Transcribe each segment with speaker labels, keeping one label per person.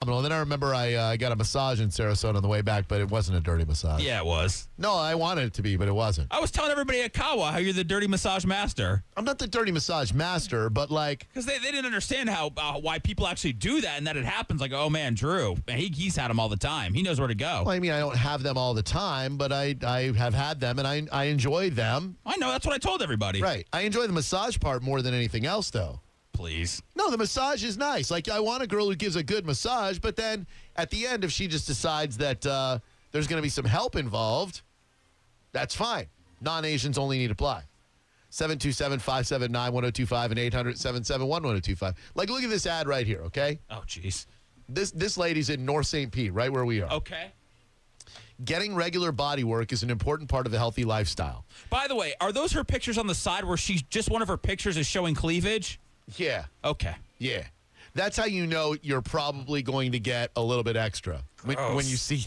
Speaker 1: phenomenal. And then I remember I uh, got a massage in Sarasota on the way back, but it wasn't a dirty massage.
Speaker 2: Yeah, it was.
Speaker 1: No, I wanted it to be, but it wasn't.
Speaker 2: I was telling everybody at Kawa how you're the dirty massage master
Speaker 1: I'm not the dirty massage master, but like,
Speaker 2: because they, they didn't understand how uh, why people actually do that and that it happens. Like, oh man, Drew, man, he, he's had them all the time. He knows where to go.
Speaker 1: well, I mean, I don't have them all the time, but I I have had them and I I enjoy them.
Speaker 2: I know. That's what I told everybody.
Speaker 1: Right. I enjoy the massage part more than anything else, though.
Speaker 2: Please.
Speaker 1: No, the massage is nice. Like, I want a girl who gives a good massage, but then at the end, if she just decides that uh, there's going to be some help involved, that's fine. Non Asians only need apply. 727 579 1025 and 800 771 1025. Like, look at this ad right here, okay?
Speaker 2: Oh, jeez.
Speaker 1: This, this lady's in North St. Pete, right where we are.
Speaker 2: Okay.
Speaker 1: Getting regular body work is an important part of a healthy lifestyle.
Speaker 2: By the way, are those her pictures on the side where she's just one of her pictures is showing cleavage?
Speaker 1: Yeah.
Speaker 2: Okay.
Speaker 1: Yeah. That's how you know you're probably going to get a little bit extra when,
Speaker 3: Oh.
Speaker 2: Gross.
Speaker 1: when you see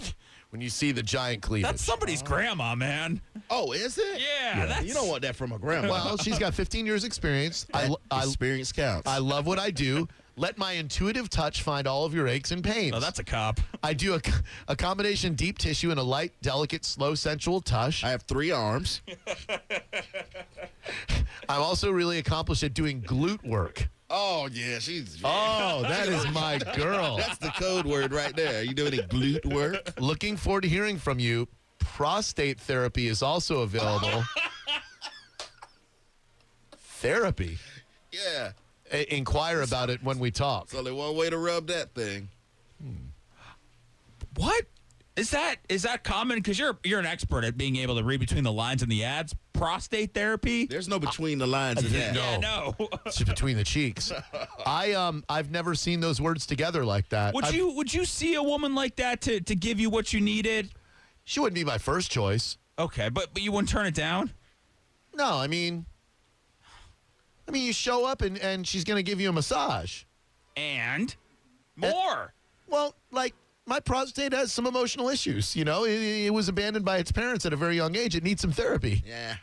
Speaker 1: when you see the giant cleavage.
Speaker 2: That's somebody's grandma, man.
Speaker 3: Oh, is it?
Speaker 2: Yeah, that's-
Speaker 3: you don't want that from a grandma.
Speaker 1: well, she's got 15 years experience. I, lo- I,
Speaker 3: Experience counts.
Speaker 1: I love what I do. Let my intuitive touch find all of your aches and pains.
Speaker 2: Oh, that's a cop.
Speaker 1: I do a, c- a combination deep tissue and a light, delicate, slow, sensual touch.
Speaker 3: I have three arms.
Speaker 1: I'm also really accomplished at doing glute work.
Speaker 3: Oh yeah, she's.
Speaker 1: Oh, that is my girl.
Speaker 3: That's the code word right there. You doing any glute work?
Speaker 1: Looking forward to hearing from you. Prostate therapy is also available. therapy.
Speaker 3: Yeah.
Speaker 1: I- inquire about it when we talk.
Speaker 3: It's only one way to rub that thing.
Speaker 2: What is that? Is that common? Because you're you're an expert at being able to read between the lines and the ads. Prostate therapy?
Speaker 3: There's no between the lines of that.
Speaker 2: Yeah, no.
Speaker 1: It's between the cheeks. I um I've never seen those words together like that.
Speaker 2: would
Speaker 1: I've-
Speaker 2: you would you see a woman like that to to give you what you needed?
Speaker 1: She wouldn't be my first choice.
Speaker 2: Okay, but but you wouldn't turn it down.
Speaker 1: No, I mean, I mean, you show up and and she's gonna give you a massage.
Speaker 2: And more.
Speaker 1: Well, like my prostate has some emotional issues. You know, it, it was abandoned by its parents at a very young age. It needs some therapy.
Speaker 3: Yeah.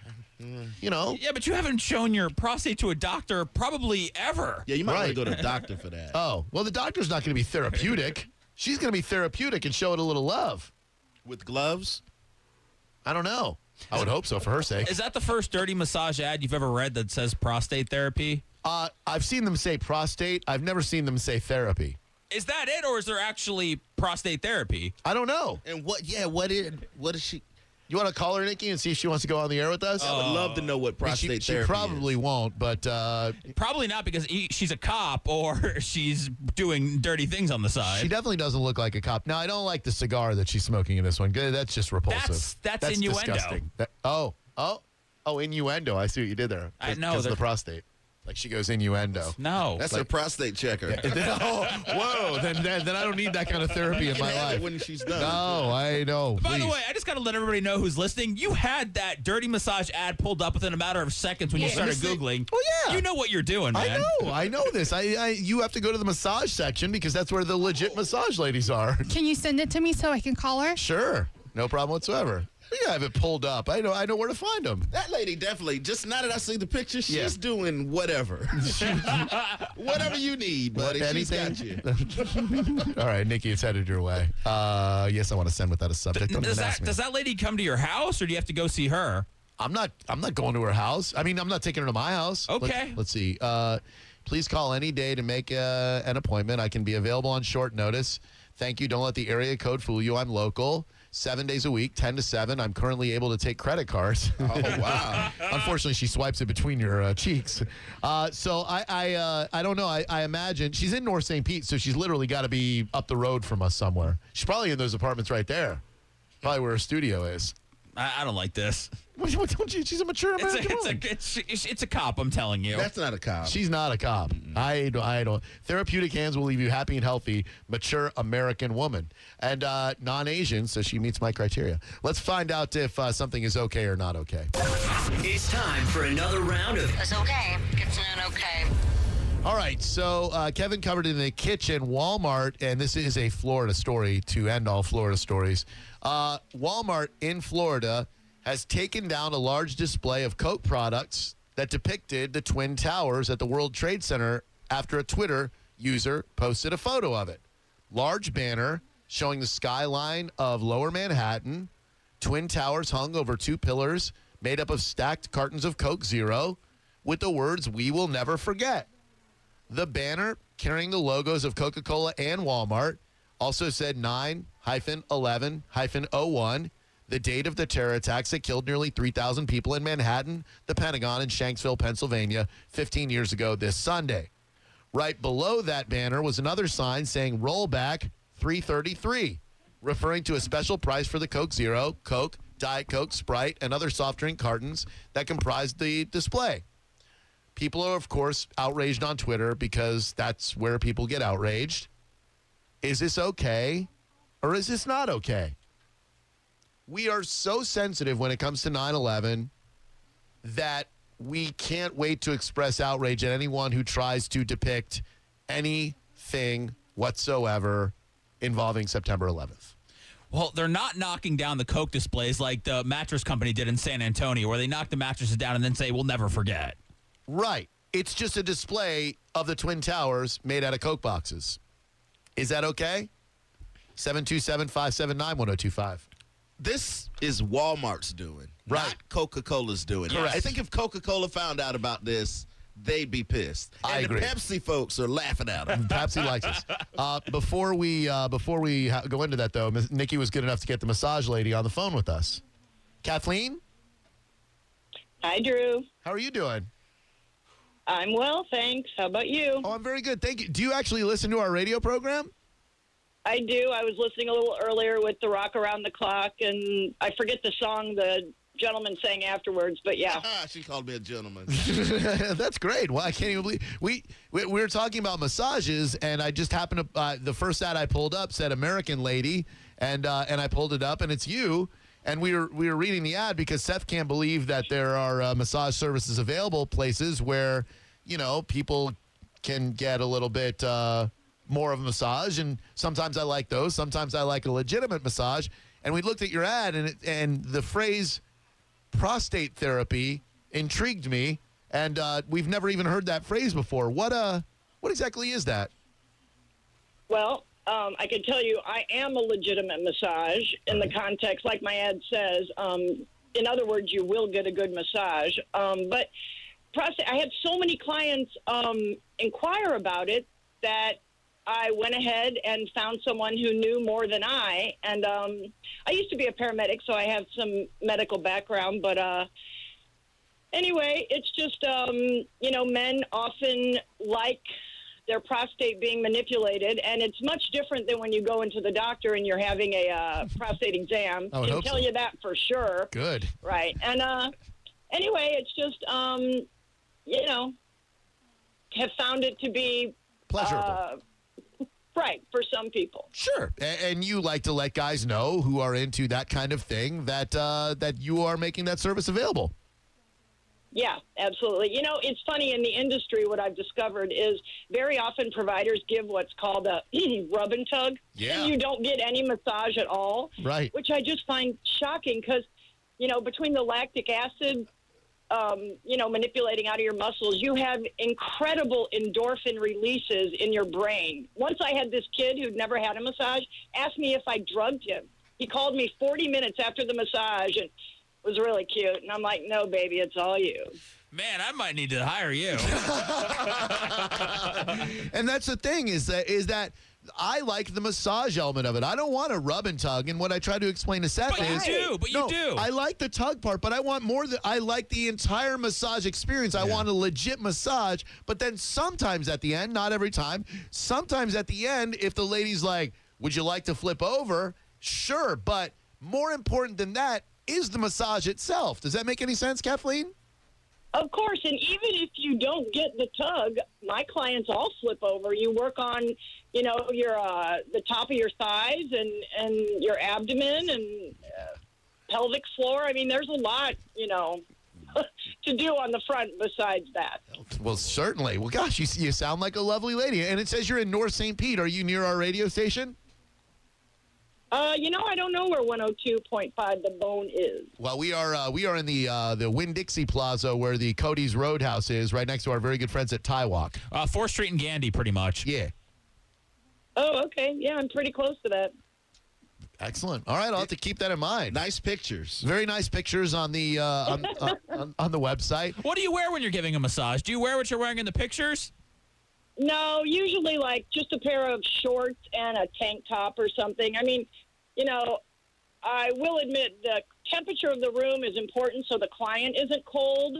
Speaker 1: You know.
Speaker 2: yeah, but you haven't shown your prostate to a doctor probably ever.
Speaker 3: Yeah, you might
Speaker 1: Right.
Speaker 3: want to go to the doctor for that.
Speaker 1: Oh well, the doctor's not gonna be therapeutic. she's gonna be therapeutic and show it a little love.
Speaker 3: With gloves?
Speaker 1: I don't know. I would hope so for her sake.
Speaker 2: Is that the first dirty massage ad you've ever read that says prostate therapy?
Speaker 1: Uh, I've seen them say prostate. I've never seen them say therapy.
Speaker 2: Is that it, or is there actually prostate therapy?
Speaker 1: I don't know.
Speaker 3: And what? Yeah. What is? What is she?
Speaker 1: You want to call her, Nikki, and see if she wants to go on the air with us?
Speaker 3: I
Speaker 2: Oh,
Speaker 3: would love to know what
Speaker 1: I mean, she-
Speaker 3: prostate
Speaker 1: she,
Speaker 3: therapy.
Speaker 1: probably
Speaker 3: is.
Speaker 1: won't, but uh,
Speaker 2: Probably not because he, she's a cop or she's doing dirty things on the side.
Speaker 1: she definitely doesn't look like a cop. Now, I don't like the cigar that she's smoking in this one. Good, That's just repulsive.
Speaker 2: That's- that's innuendo.
Speaker 1: disgusting. That- oh, oh, oh, innuendo. I see what you did there.
Speaker 2: I know,
Speaker 1: Because of the
Speaker 2: they're-
Speaker 1: prostate. Like she goes innuendo.
Speaker 2: no.
Speaker 3: That's her prostate checker.
Speaker 1: And then- oh, whoa, then, then, then I don't need that kind of therapy in my
Speaker 3: Have it
Speaker 1: life.
Speaker 3: when she's done.
Speaker 1: No, I know.
Speaker 2: By the
Speaker 1: please.
Speaker 2: way, I just got to let everybody know who's listening. You had that dirty massage ad pulled up within a matter of seconds when you
Speaker 1: Let
Speaker 2: started
Speaker 1: me see.
Speaker 2: Googling.
Speaker 1: Oh, yeah.
Speaker 2: You know what you're doing, man.
Speaker 1: I know, I know this. I, I you have to go to the massage section because that's where the legit massage ladies are.
Speaker 4: Can you send it to me so I can call her?
Speaker 1: Sure, no problem whatsoever. Yeah, I have it pulled up. I know, I know where to find them.
Speaker 3: That lady definitely. Just now that I see the picture, she's
Speaker 1: Yeah.
Speaker 3: doing whatever, whatever you need, buddy. She's got you.
Speaker 1: anything? All right, Nikki, it's headed your way. Uh, yes, I want to send with that as subject. Don't
Speaker 2: Does
Speaker 1: even ask
Speaker 2: that
Speaker 1: me.
Speaker 2: does that lady come to your house, or do you have to go see her?
Speaker 1: I'm not. I'm not going to her house. I mean, I'm not taking her to my house.
Speaker 2: Okay.
Speaker 1: Let, us see. Uh, please call any day to make uh, an appointment. I can be available on short notice. Thank you. Don't let the area code fool you. I'm local. Seven days a week, ten to seven. I'm currently able to take credit cards.
Speaker 3: Oh wow.
Speaker 1: Unfortunately, she swipes it between your uh, cheeks. Uh, so I, I, uh, I don't know. I, I imagine she's in North St. Pete, so she's literally got to be up the road from us somewhere. She's probably in those apartments right there, probably where her studio is.
Speaker 2: I, I don't like this.
Speaker 1: What, what don't you? She's a mature
Speaker 2: It's
Speaker 1: American
Speaker 2: a, it's,
Speaker 1: woman.
Speaker 2: a, it's, it's, it's a cop. I'm telling you.
Speaker 3: That's not a cop.
Speaker 1: She's not a cop. I, don't- I don't. Therapeutic hands will leave you happy and healthy, mature American woman. And uh, non Asian, so she meets my criteria. Let's find out if uh, something is okay or not okay.
Speaker 5: It's time for another round of
Speaker 6: It's okay. It's not okay.
Speaker 1: All right, so uh, Kevin covered in the kitchen Walmart, and this is a Florida story to end all Florida stories. Uh, Walmart in Florida has taken down a large display of Coke products that depicted the Twin Towers at the World Trade Center after a Twitter user posted a photo of it. large banner showing the skyline of Lower Manhattan. Twin towers hung over two pillars made up of stacked cartons of Coke Zero with the words, We will never forget. The banner carrying the logos of Coca Cola and Walmart also said 9 11 01, the date of the terror attacks that killed nearly 3,000 people in Manhattan, the Pentagon, and Shanksville, Pennsylvania, 15 years ago this Sunday. Right below that banner was another sign saying Rollback 333, referring to a special price for the Coke Zero, Coke, Diet Coke, Sprite, and other soft drink cartons that comprised the display. People are, of course, outraged on Twitter because that's where people get outraged. Is this okay or is this not okay? We are so sensitive when it comes to 9 11 that we can't wait to express outrage at anyone who tries to depict anything whatsoever involving September 11th.
Speaker 2: Well, they're not knocking down the Coke displays like the mattress company did in San Antonio, where they knock the mattresses down and then say, we'll never forget.
Speaker 1: Right. It's just a display of the Twin Towers made out of Coke boxes. Is that okay? 727 579 1025.
Speaker 3: This is Walmart's doing,
Speaker 1: Right.
Speaker 3: not Coca Cola's doing.
Speaker 2: Correct.
Speaker 3: I think if Coca Cola found out about this, they'd be pissed.
Speaker 1: I
Speaker 3: and
Speaker 1: agree.
Speaker 3: the Pepsi folks are laughing at them.
Speaker 1: Pepsi likes us. Uh, before we uh, before we ha- go into that though, Ms. Nikki was good enough to get the massage lady on the phone with us. Kathleen,
Speaker 7: Hi, Drew.
Speaker 1: how are you doing?
Speaker 7: I'm well, thanks. How about you?
Speaker 1: Oh, I'm very good. Thank you. Do you actually listen to our radio program?
Speaker 7: I do. I was listening a little earlier with the Rock Around the Clock, and I forget the song the gentleman sang afterwards, but yeah.
Speaker 3: Ah, she called me a gentleman.
Speaker 1: That's great. Well, I can't even believe we, we we were talking about massages, and I just happened to uh, the first ad I pulled up said American lady, and uh, and I pulled it up, and it's you. And we were we were reading the ad because Seth can't believe that there are uh, massage services available places where you know people can get a little bit uh, more of a massage, and sometimes I like those. Sometimes I like a legitimate massage. And we looked at your ad, and it, and the phrase prostate therapy intrigued me, and uh, we've never even heard that phrase before. What uh, what exactly is that?
Speaker 7: Well, um, I can tell you, I am a legitimate massage in the context, like my ad says. Um, in other words, you will get a good massage. Um, but prostate, I had so many clients um, inquire about it that I went ahead and found someone who knew more than I. And um, I used to be a paramedic, so I have some medical background, but. Uh, anyway, it's just um, you know men often like their prostate being manipulated, and it's much different than when you go into the doctor and you're having a uh, prostate exam.
Speaker 1: I would
Speaker 7: Can
Speaker 1: hope
Speaker 7: tell
Speaker 1: so.
Speaker 7: you that for sure,
Speaker 1: Good.
Speaker 7: right? And uh, anyway, it's just um, you know have found it to be
Speaker 1: Pleasurable.
Speaker 7: uh, right for some people.
Speaker 1: sure. A- and you like to let guys know who are into that kind of thing that uh, that you are making that service available.
Speaker 7: Yeah, absolutely. You know, it's funny in the industry, what I've discovered is very often providers give what's called a rub and tug.
Speaker 1: Yeah.
Speaker 7: And you don't get any massage at all.
Speaker 1: Right.
Speaker 7: Which I just find shocking because, you know, between the lactic acid, um, you know, manipulating out of your muscles, you have incredible endorphin releases in your brain. Once I had this kid who'd never had a massage asked me if I drugged him. He called me 40 minutes after the massage and was really cute. And I'm like, no, baby, it's all you.
Speaker 2: Man, I might need to hire you.
Speaker 1: And that's the thing is that is that I like the massage element of it. I don't want to rub and tug. And what I try to explain to Seth
Speaker 2: But you
Speaker 1: is,
Speaker 2: do, but you
Speaker 1: no,
Speaker 2: do.
Speaker 1: I like the tug part, but I want more. Than, I like the entire massage experience. I want a legit massage. But then sometimes at the end, not every time. Sometimes at the end, if the lady's like, "Would you like to flip over?" Sure, but more important than that is the massage itself. Does that make any sense, Kathleen?
Speaker 7: Of course, and even if you don't get the tug, my clients all flip over. You work on, you know, your uh, the top of your thighs and and your abdomen and uh, pelvic floor. I mean, there's a lot, you know, to do on the front besides that.
Speaker 1: Well, certainly. Well, gosh, you you sound like a lovely lady. And it says you're in North St. Pete. Are you near our radio station?
Speaker 7: Uh, you know, I don't know where 102.5 the bone is.
Speaker 1: Well, we are uh, we are in the uh, the Winn Dixie Plaza where the Cody's Roadhouse is, right next to our very good friends at Tie Walk.
Speaker 2: Uh, 4th Street and Gandy, pretty much.
Speaker 1: Yeah.
Speaker 7: Oh, okay. Yeah, I'm pretty close to that.
Speaker 1: Excellent. All right, I'll have to keep that in mind.
Speaker 3: Nice pictures.
Speaker 1: Very nice pictures on the uh, on, on- on, on the website.
Speaker 2: What do you wear when you're giving a massage? Do you wear what you're wearing in the pictures?
Speaker 7: No, usually like just a pair of shorts and a tank top or something. I mean, you know, I will admit the temperature of the room is important so the client isn't cold,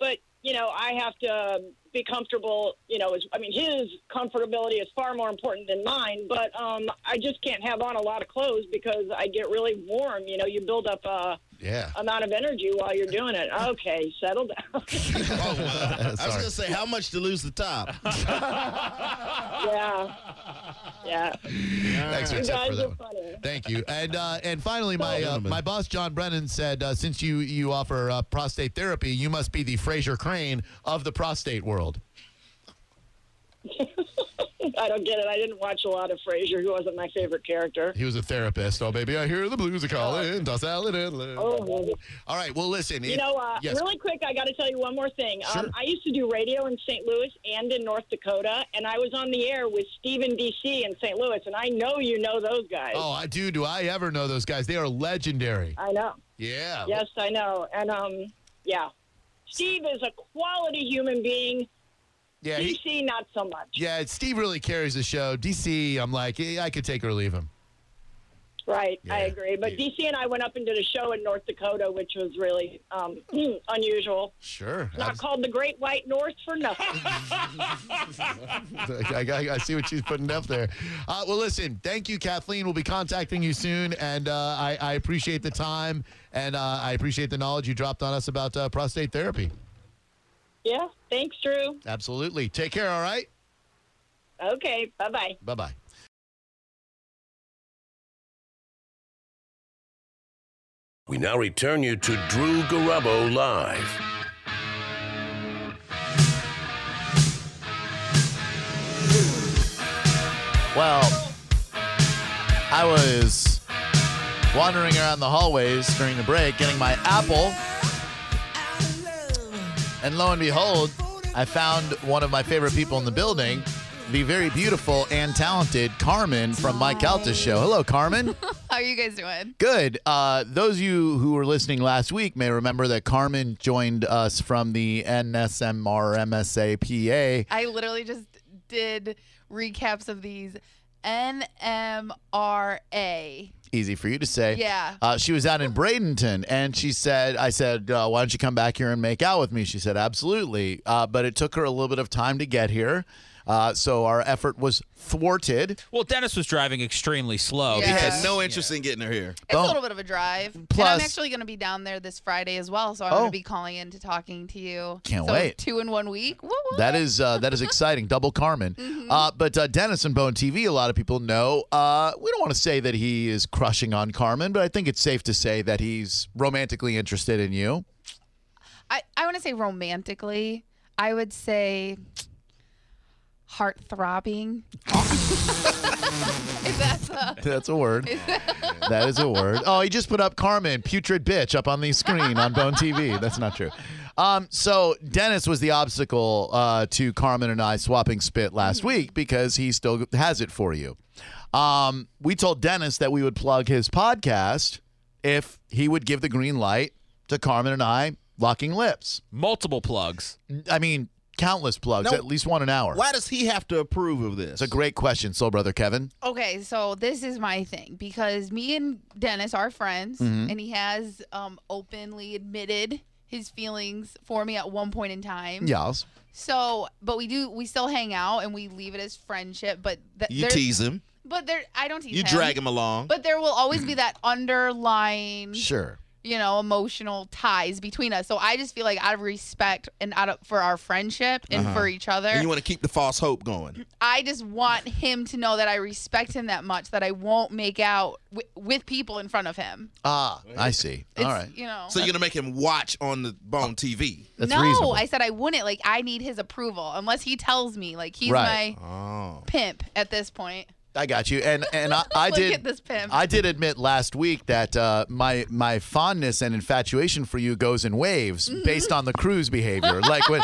Speaker 7: but you know, I have to be comfortable, you know, is I mean, his comfortability is far more important than mine, but um I just can't have on a lot of clothes because I get really warm, you know, you build up a
Speaker 1: Yeah.
Speaker 7: amount of energy while you're doing it. Okay, settle down.
Speaker 3: Oh, wow. I was
Speaker 1: Sorry.
Speaker 3: going to say, how much to lose the top?
Speaker 7: yeah. Yeah.
Speaker 1: Thanks for
Speaker 7: You
Speaker 1: the tip for
Speaker 7: guys
Speaker 1: that
Speaker 7: are
Speaker 1: one.
Speaker 7: funny.
Speaker 1: Thank you. And uh, and finally, my uh,
Speaker 3: Gentlemen.
Speaker 1: my boss John Brennan said, uh, since you you offer uh, prostate therapy, you must be the Fraser Crane of the prostate world.
Speaker 7: I don't get it. I didn't watch a lot of Frasier. He wasn't my favorite character.
Speaker 1: He was a therapist. Oh, baby, I hear the blues are calling. Toss salad and live.
Speaker 7: Oh, well.
Speaker 1: All right. Well, listen.
Speaker 7: you
Speaker 1: it-
Speaker 7: know, uh,
Speaker 1: yes.
Speaker 7: really quick, I got to tell you one more thing.
Speaker 1: Sure.
Speaker 7: Um, I used to do radio in St. Louis and in North Dakota, and I was on the air with Stephen DC in St. Louis, and I know you know those guys.
Speaker 1: Oh, I do. Do I ever know those guys? They are legendary.
Speaker 7: I know.
Speaker 1: Yeah.
Speaker 7: Uh, Yes, I know. And um, yeah, Steve is a quality human being.
Speaker 1: Yeah. he-
Speaker 7: DC, not so much.
Speaker 1: yeah. Steve really carries the show. DC, I'm like, eh, I could take or leave him.
Speaker 7: Right, I
Speaker 1: Yeah.
Speaker 7: agree. But DC and I went up and did a show in North Dakota, which was really um, unusual.
Speaker 1: Sure.
Speaker 7: Not called the Great White North for nothing.
Speaker 1: I, I- I see what she's putting up there. Uh, well, listen, thank you, Kathleen. We'll be contacting you soon, and uh, I, I appreciate the time, and uh, I appreciate the knowledge you dropped on us about uh, prostate therapy.
Speaker 7: yeah, thanks, Drew.
Speaker 1: Absolutely. Take care. All right.
Speaker 7: Okay, bye bye.
Speaker 1: Bye bye.
Speaker 8: We now return you to Drew Garabo Live.
Speaker 9: Well, I was wandering around the hallways during the break getting my Apple. And lo and behold, I found one of my favorite people in the building, the very beautiful and talented Carmen from Mike Alta's show. Hello, Carmen.
Speaker 4: How are you guys doing?
Speaker 9: Good. Uh, those of you who were listening last week may remember that Carmen joined us from the NSMR MSAPA.
Speaker 4: I literally just did recaps of these NMRA.
Speaker 9: easy for you to say.
Speaker 4: Yeah.
Speaker 9: Uh, she was out in Bradenton, and she said, "I said, uh, why don't you come back here and make out with me?" She said, "Absolutely," uh, but it took her a little bit of time to get here, uh, so our effort was thwarted.
Speaker 2: Well, Dennis was driving extremely slow.
Speaker 4: Yeah.
Speaker 3: Had no interest in getting her here.
Speaker 4: It's
Speaker 9: Boom.
Speaker 4: a little bit of a drive.
Speaker 9: oh. Plus-
Speaker 4: and I'm actually going to be down there this Friday as well, so I'm
Speaker 9: Oh.
Speaker 4: going to be calling in to talking to you.
Speaker 9: Can't
Speaker 4: so
Speaker 9: wait.
Speaker 4: Two in one week. Woo, woo.
Speaker 9: That is uh, that is exciting, double Carmen. Uh, but uh, Dennis and Bone TV, a lot of people know. Uh, we don't want to say that he is crushing on Carmen, but I think it's safe to say that he's romantically interested in you.
Speaker 4: I, I want to say romantically, I would say heart throbbing. if that's a,
Speaker 9: That's a word. that is a word. Oh, he just put up Carmen, putrid bitch, up on the screen on Bone TV. That's not true. Um, so Dennis was the obstacle uh, to Carmen and I swapping spit last week because he still has it for you. Um, we told Dennis that we would plug his podcast if he would give the green light to Carmen and I locking lips.
Speaker 2: Multiple plugs.
Speaker 9: I mean, countless plugs,
Speaker 3: No.
Speaker 9: at least one an hour.
Speaker 3: Why does he have to approve of this?
Speaker 9: It's a great question, Soul Brother Kevin.
Speaker 4: Okay, so this is my thing because me and Dennis are friends,
Speaker 3: Mm-hmm.
Speaker 4: and he has um, openly admitted his feelings for me at one point in time.
Speaker 9: Yes.
Speaker 4: So, but we do we still hang out and we leave it as friendship. But th-
Speaker 3: You
Speaker 4: there-
Speaker 3: tease him.
Speaker 4: But there, I don't tease.
Speaker 3: You
Speaker 4: him,
Speaker 3: drag him along.
Speaker 4: But there will always be that underlying,
Speaker 9: Sure.
Speaker 4: you know, emotional ties between us. So I just feel like out of respect and out of for our friendship and for each other,
Speaker 3: Uh-huh. and you want to keep the false hope going.
Speaker 4: I just want him to know that I respect him that much that I won't make out wi with people in front of him.
Speaker 9: Ah, I see.
Speaker 4: It's,
Speaker 9: All right.
Speaker 4: You know.
Speaker 3: So you're gonna make him watch on the Bone TV.
Speaker 9: That's
Speaker 4: no,
Speaker 9: reasonable.
Speaker 4: I said I wouldn't. Like I need his approval unless he tells me. Like he's
Speaker 9: Right.
Speaker 4: my
Speaker 3: Oh,
Speaker 4: pimp at this point.
Speaker 1: I got you. And and I, I
Speaker 4: Look
Speaker 1: did
Speaker 4: at this pimp.
Speaker 1: I did admit last week that uh, my my fondness and infatuation for you goes in waves
Speaker 4: Mm-hmm.
Speaker 1: based on the cruise behavior. like when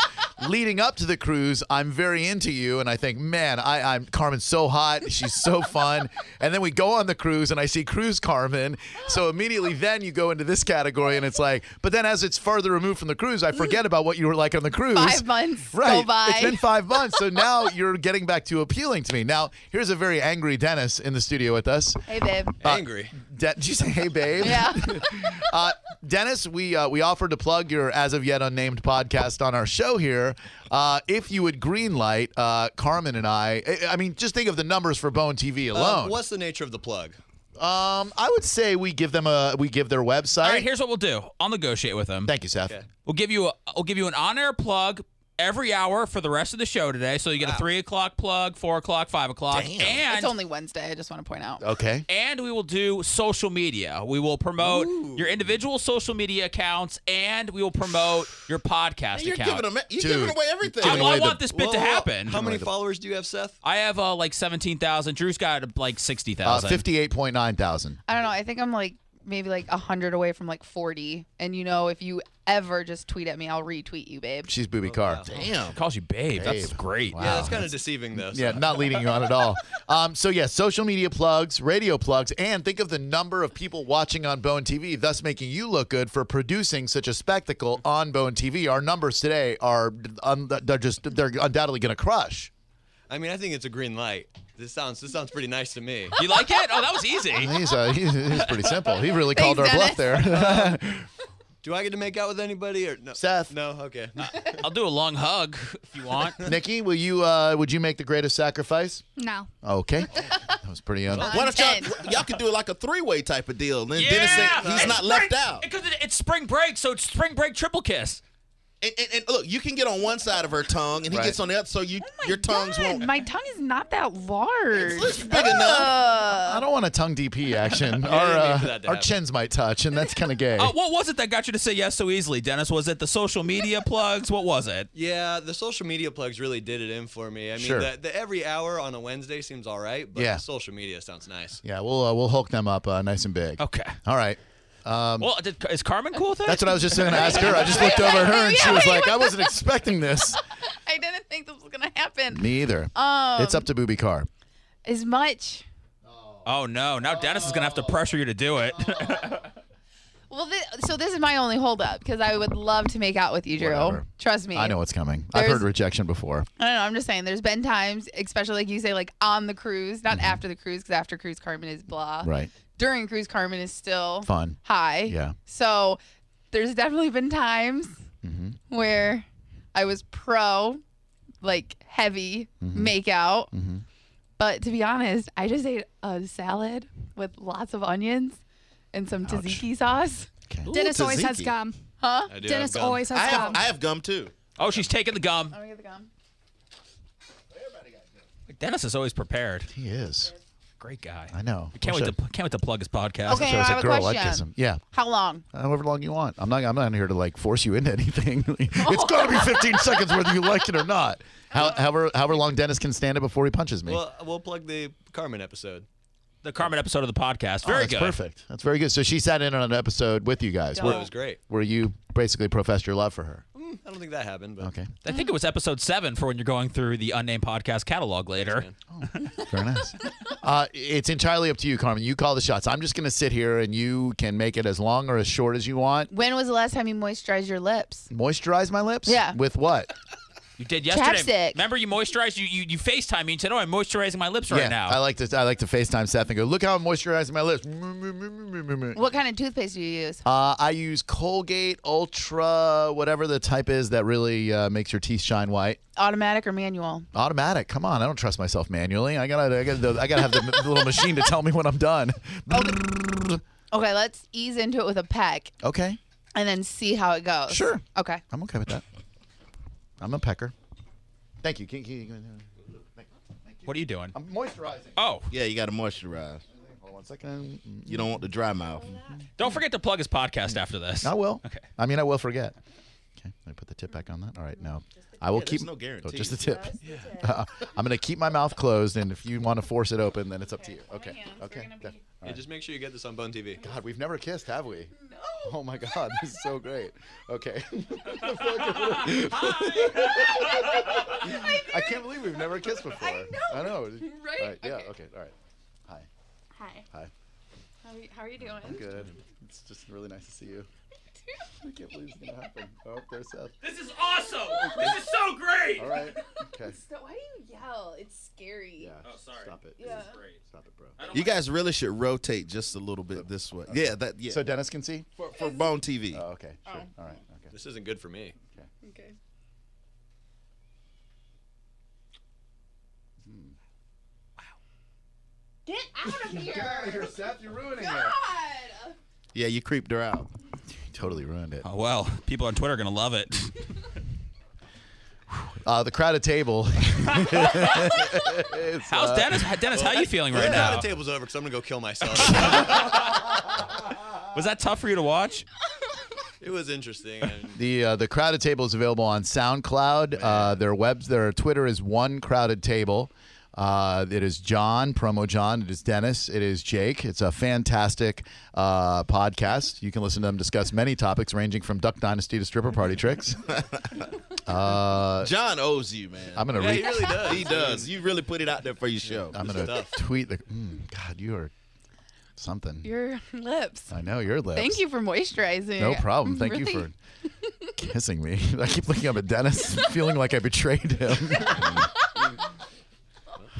Speaker 1: leading up to the cruise, I'm very into you and I think, man, I, I'm Carmen's so hot, she's so fun. and then we go on the cruise and I see cruise Carmen. So immediately then you go into this category and it's like, but then as it's further removed from the cruise, I forget about what you were like on the cruise.
Speaker 4: Mm-hmm. Five months go
Speaker 1: Right.
Speaker 4: by.
Speaker 1: It's been five months. So now you're getting back to appealing to me. Now, here's a very angry Dennis in the studio with us.
Speaker 4: Hey, babe.
Speaker 3: Angry.
Speaker 1: De- did you say, hey, babe?
Speaker 4: Yeah.
Speaker 1: Uh, Dennis, we uh, we offered to plug your as of yet unnamed podcast on our show here. Uh, if you would greenlight uh, Carmen and I, I- I mean, just think of the numbers for Bone TV
Speaker 3: Uh,
Speaker 1: alone.
Speaker 3: what's the nature of the plug?
Speaker 1: um, I would say we give them a we give their website.
Speaker 2: All right, here's what we'll do. I'll negotiate with him.
Speaker 1: Thank you, Seth.
Speaker 2: We'll give you a we'll give you an on air plug every hour for the rest of the show today. So you get a three o'clock plug, four o'clock, five o'clock, and
Speaker 4: It's only Wednesday. I just want to point
Speaker 9: Uh-huh.
Speaker 4: out.
Speaker 1: Okay.
Speaker 2: and we will do social media. We will promote your individual social media accounts, and we will promote your podcast
Speaker 3: You're
Speaker 2: account.
Speaker 3: giving, them, e-, you're
Speaker 1: Dude.
Speaker 3: giving away everything.
Speaker 2: I,
Speaker 1: giving
Speaker 2: I
Speaker 1: away
Speaker 2: want
Speaker 1: the-
Speaker 2: this bit
Speaker 3: Whoa,
Speaker 2: to
Speaker 3: whoa, whoa.
Speaker 2: happen.
Speaker 3: How many followers do you have, Seth?
Speaker 2: I have uh, like seventeen thousand. Drew's got like sixty
Speaker 1: Uh,
Speaker 2: thousand.
Speaker 1: Fifty-eight point nine thousand.
Speaker 4: I don't know. I think I'm like maybe like 100 away from like 40. And you know, if you ever just tweet at me, I'll retweet you, babe.
Speaker 1: She's
Speaker 2: Oh,
Speaker 1: booby car.
Speaker 3: Damn.
Speaker 2: Calls you babe. That's
Speaker 1: Babe.
Speaker 2: great.
Speaker 3: Yeah, that's kind of deceiving, though.
Speaker 1: Yeah, not leading you on at all. Um, so yeah, social media plugs, radio plugs, and think of the number of people watching on Bone TV, thus making you look good for producing such a spectacle on Bone TV. Our numbers today are um, they're just they're undoubtedly going to crush.
Speaker 3: I mean, I think it's a green light. This sounds this sounds pretty nice to me.
Speaker 2: You like it? Oh, that was easy.
Speaker 1: He's uh, he's, he's pretty simple. He really called our
Speaker 4: Thanks,
Speaker 1: bluff there.
Speaker 3: Do I get to make out with anybody or no?
Speaker 1: Seth.
Speaker 3: No. Okay.
Speaker 2: I'll do a long hug if you want.
Speaker 1: Nikki, will you uh, would you make the greatest sacrifice?
Speaker 10: No.
Speaker 1: Okay, that was pretty un-
Speaker 3: What if y'all,
Speaker 4: Ten.
Speaker 3: y'all could do it like a three way type of deal? Then
Speaker 2: Yeah,
Speaker 3: Dennis ain't, he's
Speaker 2: It's
Speaker 3: not
Speaker 2: spring-
Speaker 3: left out.
Speaker 2: Because it, it's spring break, so it's spring break triple kiss.
Speaker 11: And, and, and look, you can get on one side of her tongue, and he
Speaker 1: Right.
Speaker 11: gets on the other, so you your tongues
Speaker 4: God,
Speaker 11: won't.
Speaker 4: My tongue is not that large.
Speaker 11: It's big enough.
Speaker 1: I don't want a tongue DP action.
Speaker 3: I
Speaker 1: our
Speaker 3: Uh, didn't mean
Speaker 1: uh,
Speaker 3: for that to
Speaker 1: our
Speaker 3: happen. Oh,
Speaker 1: chins might touch, and that's kind of gay.
Speaker 2: Uh, what was it that got you to say yes so easily, Dennis? Was it the social media plugs? What was it?
Speaker 3: Yeah, the social media plugs really did it in for me. I mean,
Speaker 1: Sure.
Speaker 3: the, the every hour on a Wednesday seems all right, but
Speaker 1: Yeah.
Speaker 3: the social media sounds nice.
Speaker 1: Yeah, we'll uh, we'll hook them up uh, nice and big.
Speaker 2: Okay.
Speaker 1: All right.
Speaker 2: Well, did, is Carmen cool with it?
Speaker 1: That's what I was just going to ask her. I just looked over at her and she was
Speaker 4: Yeah,
Speaker 1: like, I wasn't expecting this.
Speaker 4: I didn't think this was going to happen.
Speaker 1: Me either.
Speaker 4: Um,
Speaker 1: it's up to Booby Carr.
Speaker 4: As much.
Speaker 2: oh no! Now Dennis is gonna have to pressure you to do it.
Speaker 4: Well, thi- so this is my only holdup because I would love to make out with you, Drew.
Speaker 1: Whatever.
Speaker 4: Trust me.
Speaker 1: I know what's coming. I've
Speaker 4: There's-
Speaker 1: heard rejection before.
Speaker 4: I don't know. I'm just saying. There's been times, especially like you say, like on the cruise, not after the cruise, because after cruise Carmen is blah.
Speaker 1: Mm-hmm. Right.
Speaker 4: During cruise Carmen is still
Speaker 1: Fun.
Speaker 4: high.
Speaker 1: Yeah.
Speaker 4: So there's definitely been times
Speaker 1: Mm-hmm.
Speaker 4: where I was pro, like heavy
Speaker 1: Mm-hmm.
Speaker 4: makeout. But to be honest, I just ate a salad with lots of onions and some tzatziki sauce.
Speaker 10: Dennis always has
Speaker 11: tzatziki.
Speaker 10: gum.
Speaker 4: Huh?
Speaker 3: I do have
Speaker 10: Dennis
Speaker 3: gum.
Speaker 10: always has
Speaker 11: I
Speaker 10: gum.
Speaker 11: have I have gum too.
Speaker 2: oh, she's taking the gum.
Speaker 4: I'm gonna get the gum.
Speaker 2: Dennis is always prepared.
Speaker 1: He is.
Speaker 2: Great guy.
Speaker 1: I know.
Speaker 2: Can't
Speaker 1: Wish
Speaker 2: wait to
Speaker 1: I-
Speaker 2: can't wait to plug his podcast.
Speaker 4: Okay.
Speaker 1: if I was
Speaker 4: I have
Speaker 1: a
Speaker 4: a
Speaker 1: girl, I'd
Speaker 4: question.
Speaker 1: kiss him. Yeah.
Speaker 4: How long?
Speaker 1: However long you want. I'm not I'm not here to like force you into anything. it's gotta be fifteen seconds whether you like it or not. How, however however long Dennis can stand it before he punches me.
Speaker 12: Uh,
Speaker 3: Well, we'll plug the Carmen episode.
Speaker 2: The Carmen episode of the podcast.
Speaker 1: Oh,
Speaker 2: Very
Speaker 1: that's
Speaker 2: good.
Speaker 1: perfect. That's very good. So she sat in on an episode with you guys
Speaker 3: That
Speaker 1: where,
Speaker 3: was great.
Speaker 1: where you basically professed your love for her.
Speaker 3: Mm, I don't think that happened, but
Speaker 1: Okay.
Speaker 2: I think it was episode seven for when you're going through the unnamed podcast catalog later.
Speaker 3: man.
Speaker 1: Very nice. uh, it's entirely up to you, Carmen. You call the shots. I'm just going to sit here and you can make it as long or as short as you want.
Speaker 4: When was the last time you moisturized your lips?
Speaker 1: Moisturize my lips?
Speaker 4: Yeah.
Speaker 1: With what?
Speaker 2: You did yesterday.
Speaker 4: Chapstick.
Speaker 2: Remember you moisturized you you, you FaceTime me and said, "Oh, I'm moisturizing my lips right
Speaker 1: yeah,
Speaker 2: now."
Speaker 1: I like to I like to FaceTime Seth and go, look how I'm moisturizing my lips. Uh,
Speaker 4: What kind of toothpaste do you use?
Speaker 1: I use Colgate Ultra, whatever the type is that really uh, makes your teeth shine white.
Speaker 4: Automatic or manual?
Speaker 1: Automatic. Come on, I don't trust myself manually. I gotta, I gotta, I gotta have the little machine to tell me when I'm done.
Speaker 4: Okay, let's ease into it with a peck
Speaker 1: Okay,
Speaker 4: and then see how it goes.
Speaker 1: Sure.
Speaker 4: Okay.
Speaker 1: I'm okay with that. I'm a pecker. Thank you. Can- can- can-
Speaker 2: what are you doing?
Speaker 1: I'm moisturizing.
Speaker 2: Oh,
Speaker 11: Yeah, you got to moisturize.
Speaker 1: Hold on one second. Mm,
Speaker 11: You don't want the dry mouth.
Speaker 2: don't forget to plug his podcast after this.
Speaker 1: I will. Okay. I mean, I will forget. Okay, let me put the tip back on that. All right, now I will
Speaker 3: Yeah, there's
Speaker 1: keep.
Speaker 3: no
Speaker 1: oh,
Speaker 3: guarantee.
Speaker 1: just the tip.
Speaker 3: Just the
Speaker 1: Uh, I'm gonna keep my mouth closed, and if you want to force it open, then it's up to you. Okay. Okay. Yeah. All
Speaker 12: Yeah,
Speaker 1: right.
Speaker 12: just make sure you get this on Bone TV.
Speaker 1: God, we've never kissed, have we? No. Oh my God, this is so great. Okay. I can't believe we've never kissed before. I know.
Speaker 4: Right?
Speaker 1: All right. Yeah.
Speaker 4: Okay.
Speaker 1: Okay. All right. Hi.
Speaker 4: Hi.
Speaker 1: Hi.
Speaker 4: How are you, how are you doing?
Speaker 1: I'm good. It's just really nice to see you. I can't believe it's gonna happen. Oh, there's Seth.
Speaker 2: This is awesome. This is so great.
Speaker 1: All right. Okay.
Speaker 4: So why do you yell? It's scary.
Speaker 1: Yeah.
Speaker 2: Oh, sorry.
Speaker 1: Stop it.
Speaker 4: Yeah.
Speaker 1: Stop it, bro.
Speaker 3: You guys really should rotate just a little bit this way. Yeah, that. Yeah.
Speaker 1: So Dennis can see
Speaker 3: for, for Bone TV.
Speaker 1: Oh, okay. Sure.
Speaker 4: Oh.
Speaker 1: All right. Okay.
Speaker 12: This isn't good for me.
Speaker 4: Okay.
Speaker 1: Hmm.
Speaker 4: Get out of here!
Speaker 1: Seth. You're ruining
Speaker 4: God!
Speaker 3: Yeah, you creeped her out.
Speaker 1: Totally ruined it.
Speaker 2: Oh well, people on Twitter are gonna love it.
Speaker 1: Uh, the crowded table.
Speaker 2: How's Dennis? Dennis, how you feeling right
Speaker 12: Yeah,
Speaker 2: now?
Speaker 12: the table's over because I'm gonna go kill myself.
Speaker 2: Was that tough for you to watch?
Speaker 12: it was interesting. And
Speaker 1: The uh, the crowded table is available on SoundCloud. Uh, their webs their Twitter is one crowded table. Uh, it is John promo John. It is Dennis. It is Jake. It's a fantastic uh, podcast. You can listen to them discuss many topics ranging from Duck Dynasty to stripper party tricks. Uh,
Speaker 3: John owes you, man.
Speaker 1: I'm gonna
Speaker 12: yeah,
Speaker 1: re-
Speaker 12: he really does.
Speaker 3: He does. You really put it out there for your show.
Speaker 1: I'm
Speaker 12: It's
Speaker 1: gonna
Speaker 12: tough.
Speaker 1: tweet the mm, God. You are something.
Speaker 4: Your lips.
Speaker 1: I know your lips.
Speaker 4: Thank you for moisturizing.
Speaker 1: No problem.
Speaker 4: I'm
Speaker 1: Thank you
Speaker 4: Mm-hmm. really-
Speaker 1: for kissing me. I keep looking up at Dennis, feeling like I betrayed him.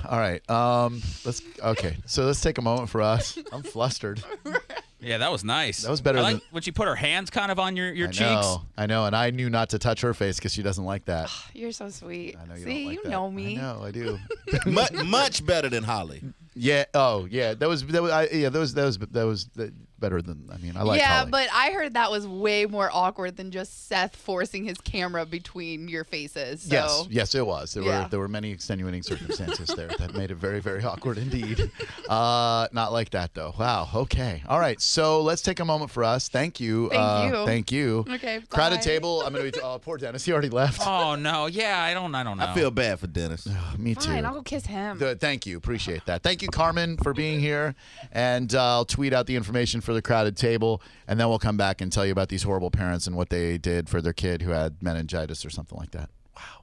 Speaker 1: All right. Um, let's okay. So let's take a moment for us. I'm flustered.
Speaker 2: Yeah, that was nice.
Speaker 1: That was better
Speaker 2: I like
Speaker 1: than-
Speaker 2: when she put her hands kind of on your, your
Speaker 1: I
Speaker 2: cheeks.
Speaker 1: know. I know. And I knew not to touch her face because she doesn't like that.
Speaker 4: You're so sweet.
Speaker 1: I know you
Speaker 4: Ah, See,
Speaker 1: don't like
Speaker 4: you
Speaker 1: that.
Speaker 4: know me.
Speaker 1: I know. I do.
Speaker 3: much, much better than Holly.
Speaker 1: yeah. Oh, yeah. That was. That was. I, yeah. That was. That was. That was that, better than. I mean, I like.
Speaker 4: yeah,
Speaker 1: Holly.
Speaker 4: but I heard that was way more awkward than just Seth forcing his camera between your faces. So.
Speaker 1: Yes, yes, it was. There
Speaker 4: Yeah.
Speaker 1: were there were many extenuating circumstances there that made it very, very awkward indeed. Uh, not like that though. Wow. Okay. All right. So let's take a moment for us. Thank you.
Speaker 4: Thank
Speaker 1: uh,
Speaker 4: you.
Speaker 1: Thank you.
Speaker 4: Okay,
Speaker 1: Crowded
Speaker 4: bye.
Speaker 1: table. I'm gonna be. Oh, poor Dennis. He already left. Oh,
Speaker 2: Oh no, yeah, I don't, I don't know.
Speaker 3: I feel bad for Dennis.
Speaker 1: Me too.
Speaker 4: Fine, I'll go kiss him.
Speaker 1: The- thank you. Appreciate that. Thank you, Carmen, for being here. And uh, I'll tweet out the information for the crowded table, and then we'll come back and tell you about these horrible parents and what they did for their kid who had meningitis or something like that. Wow.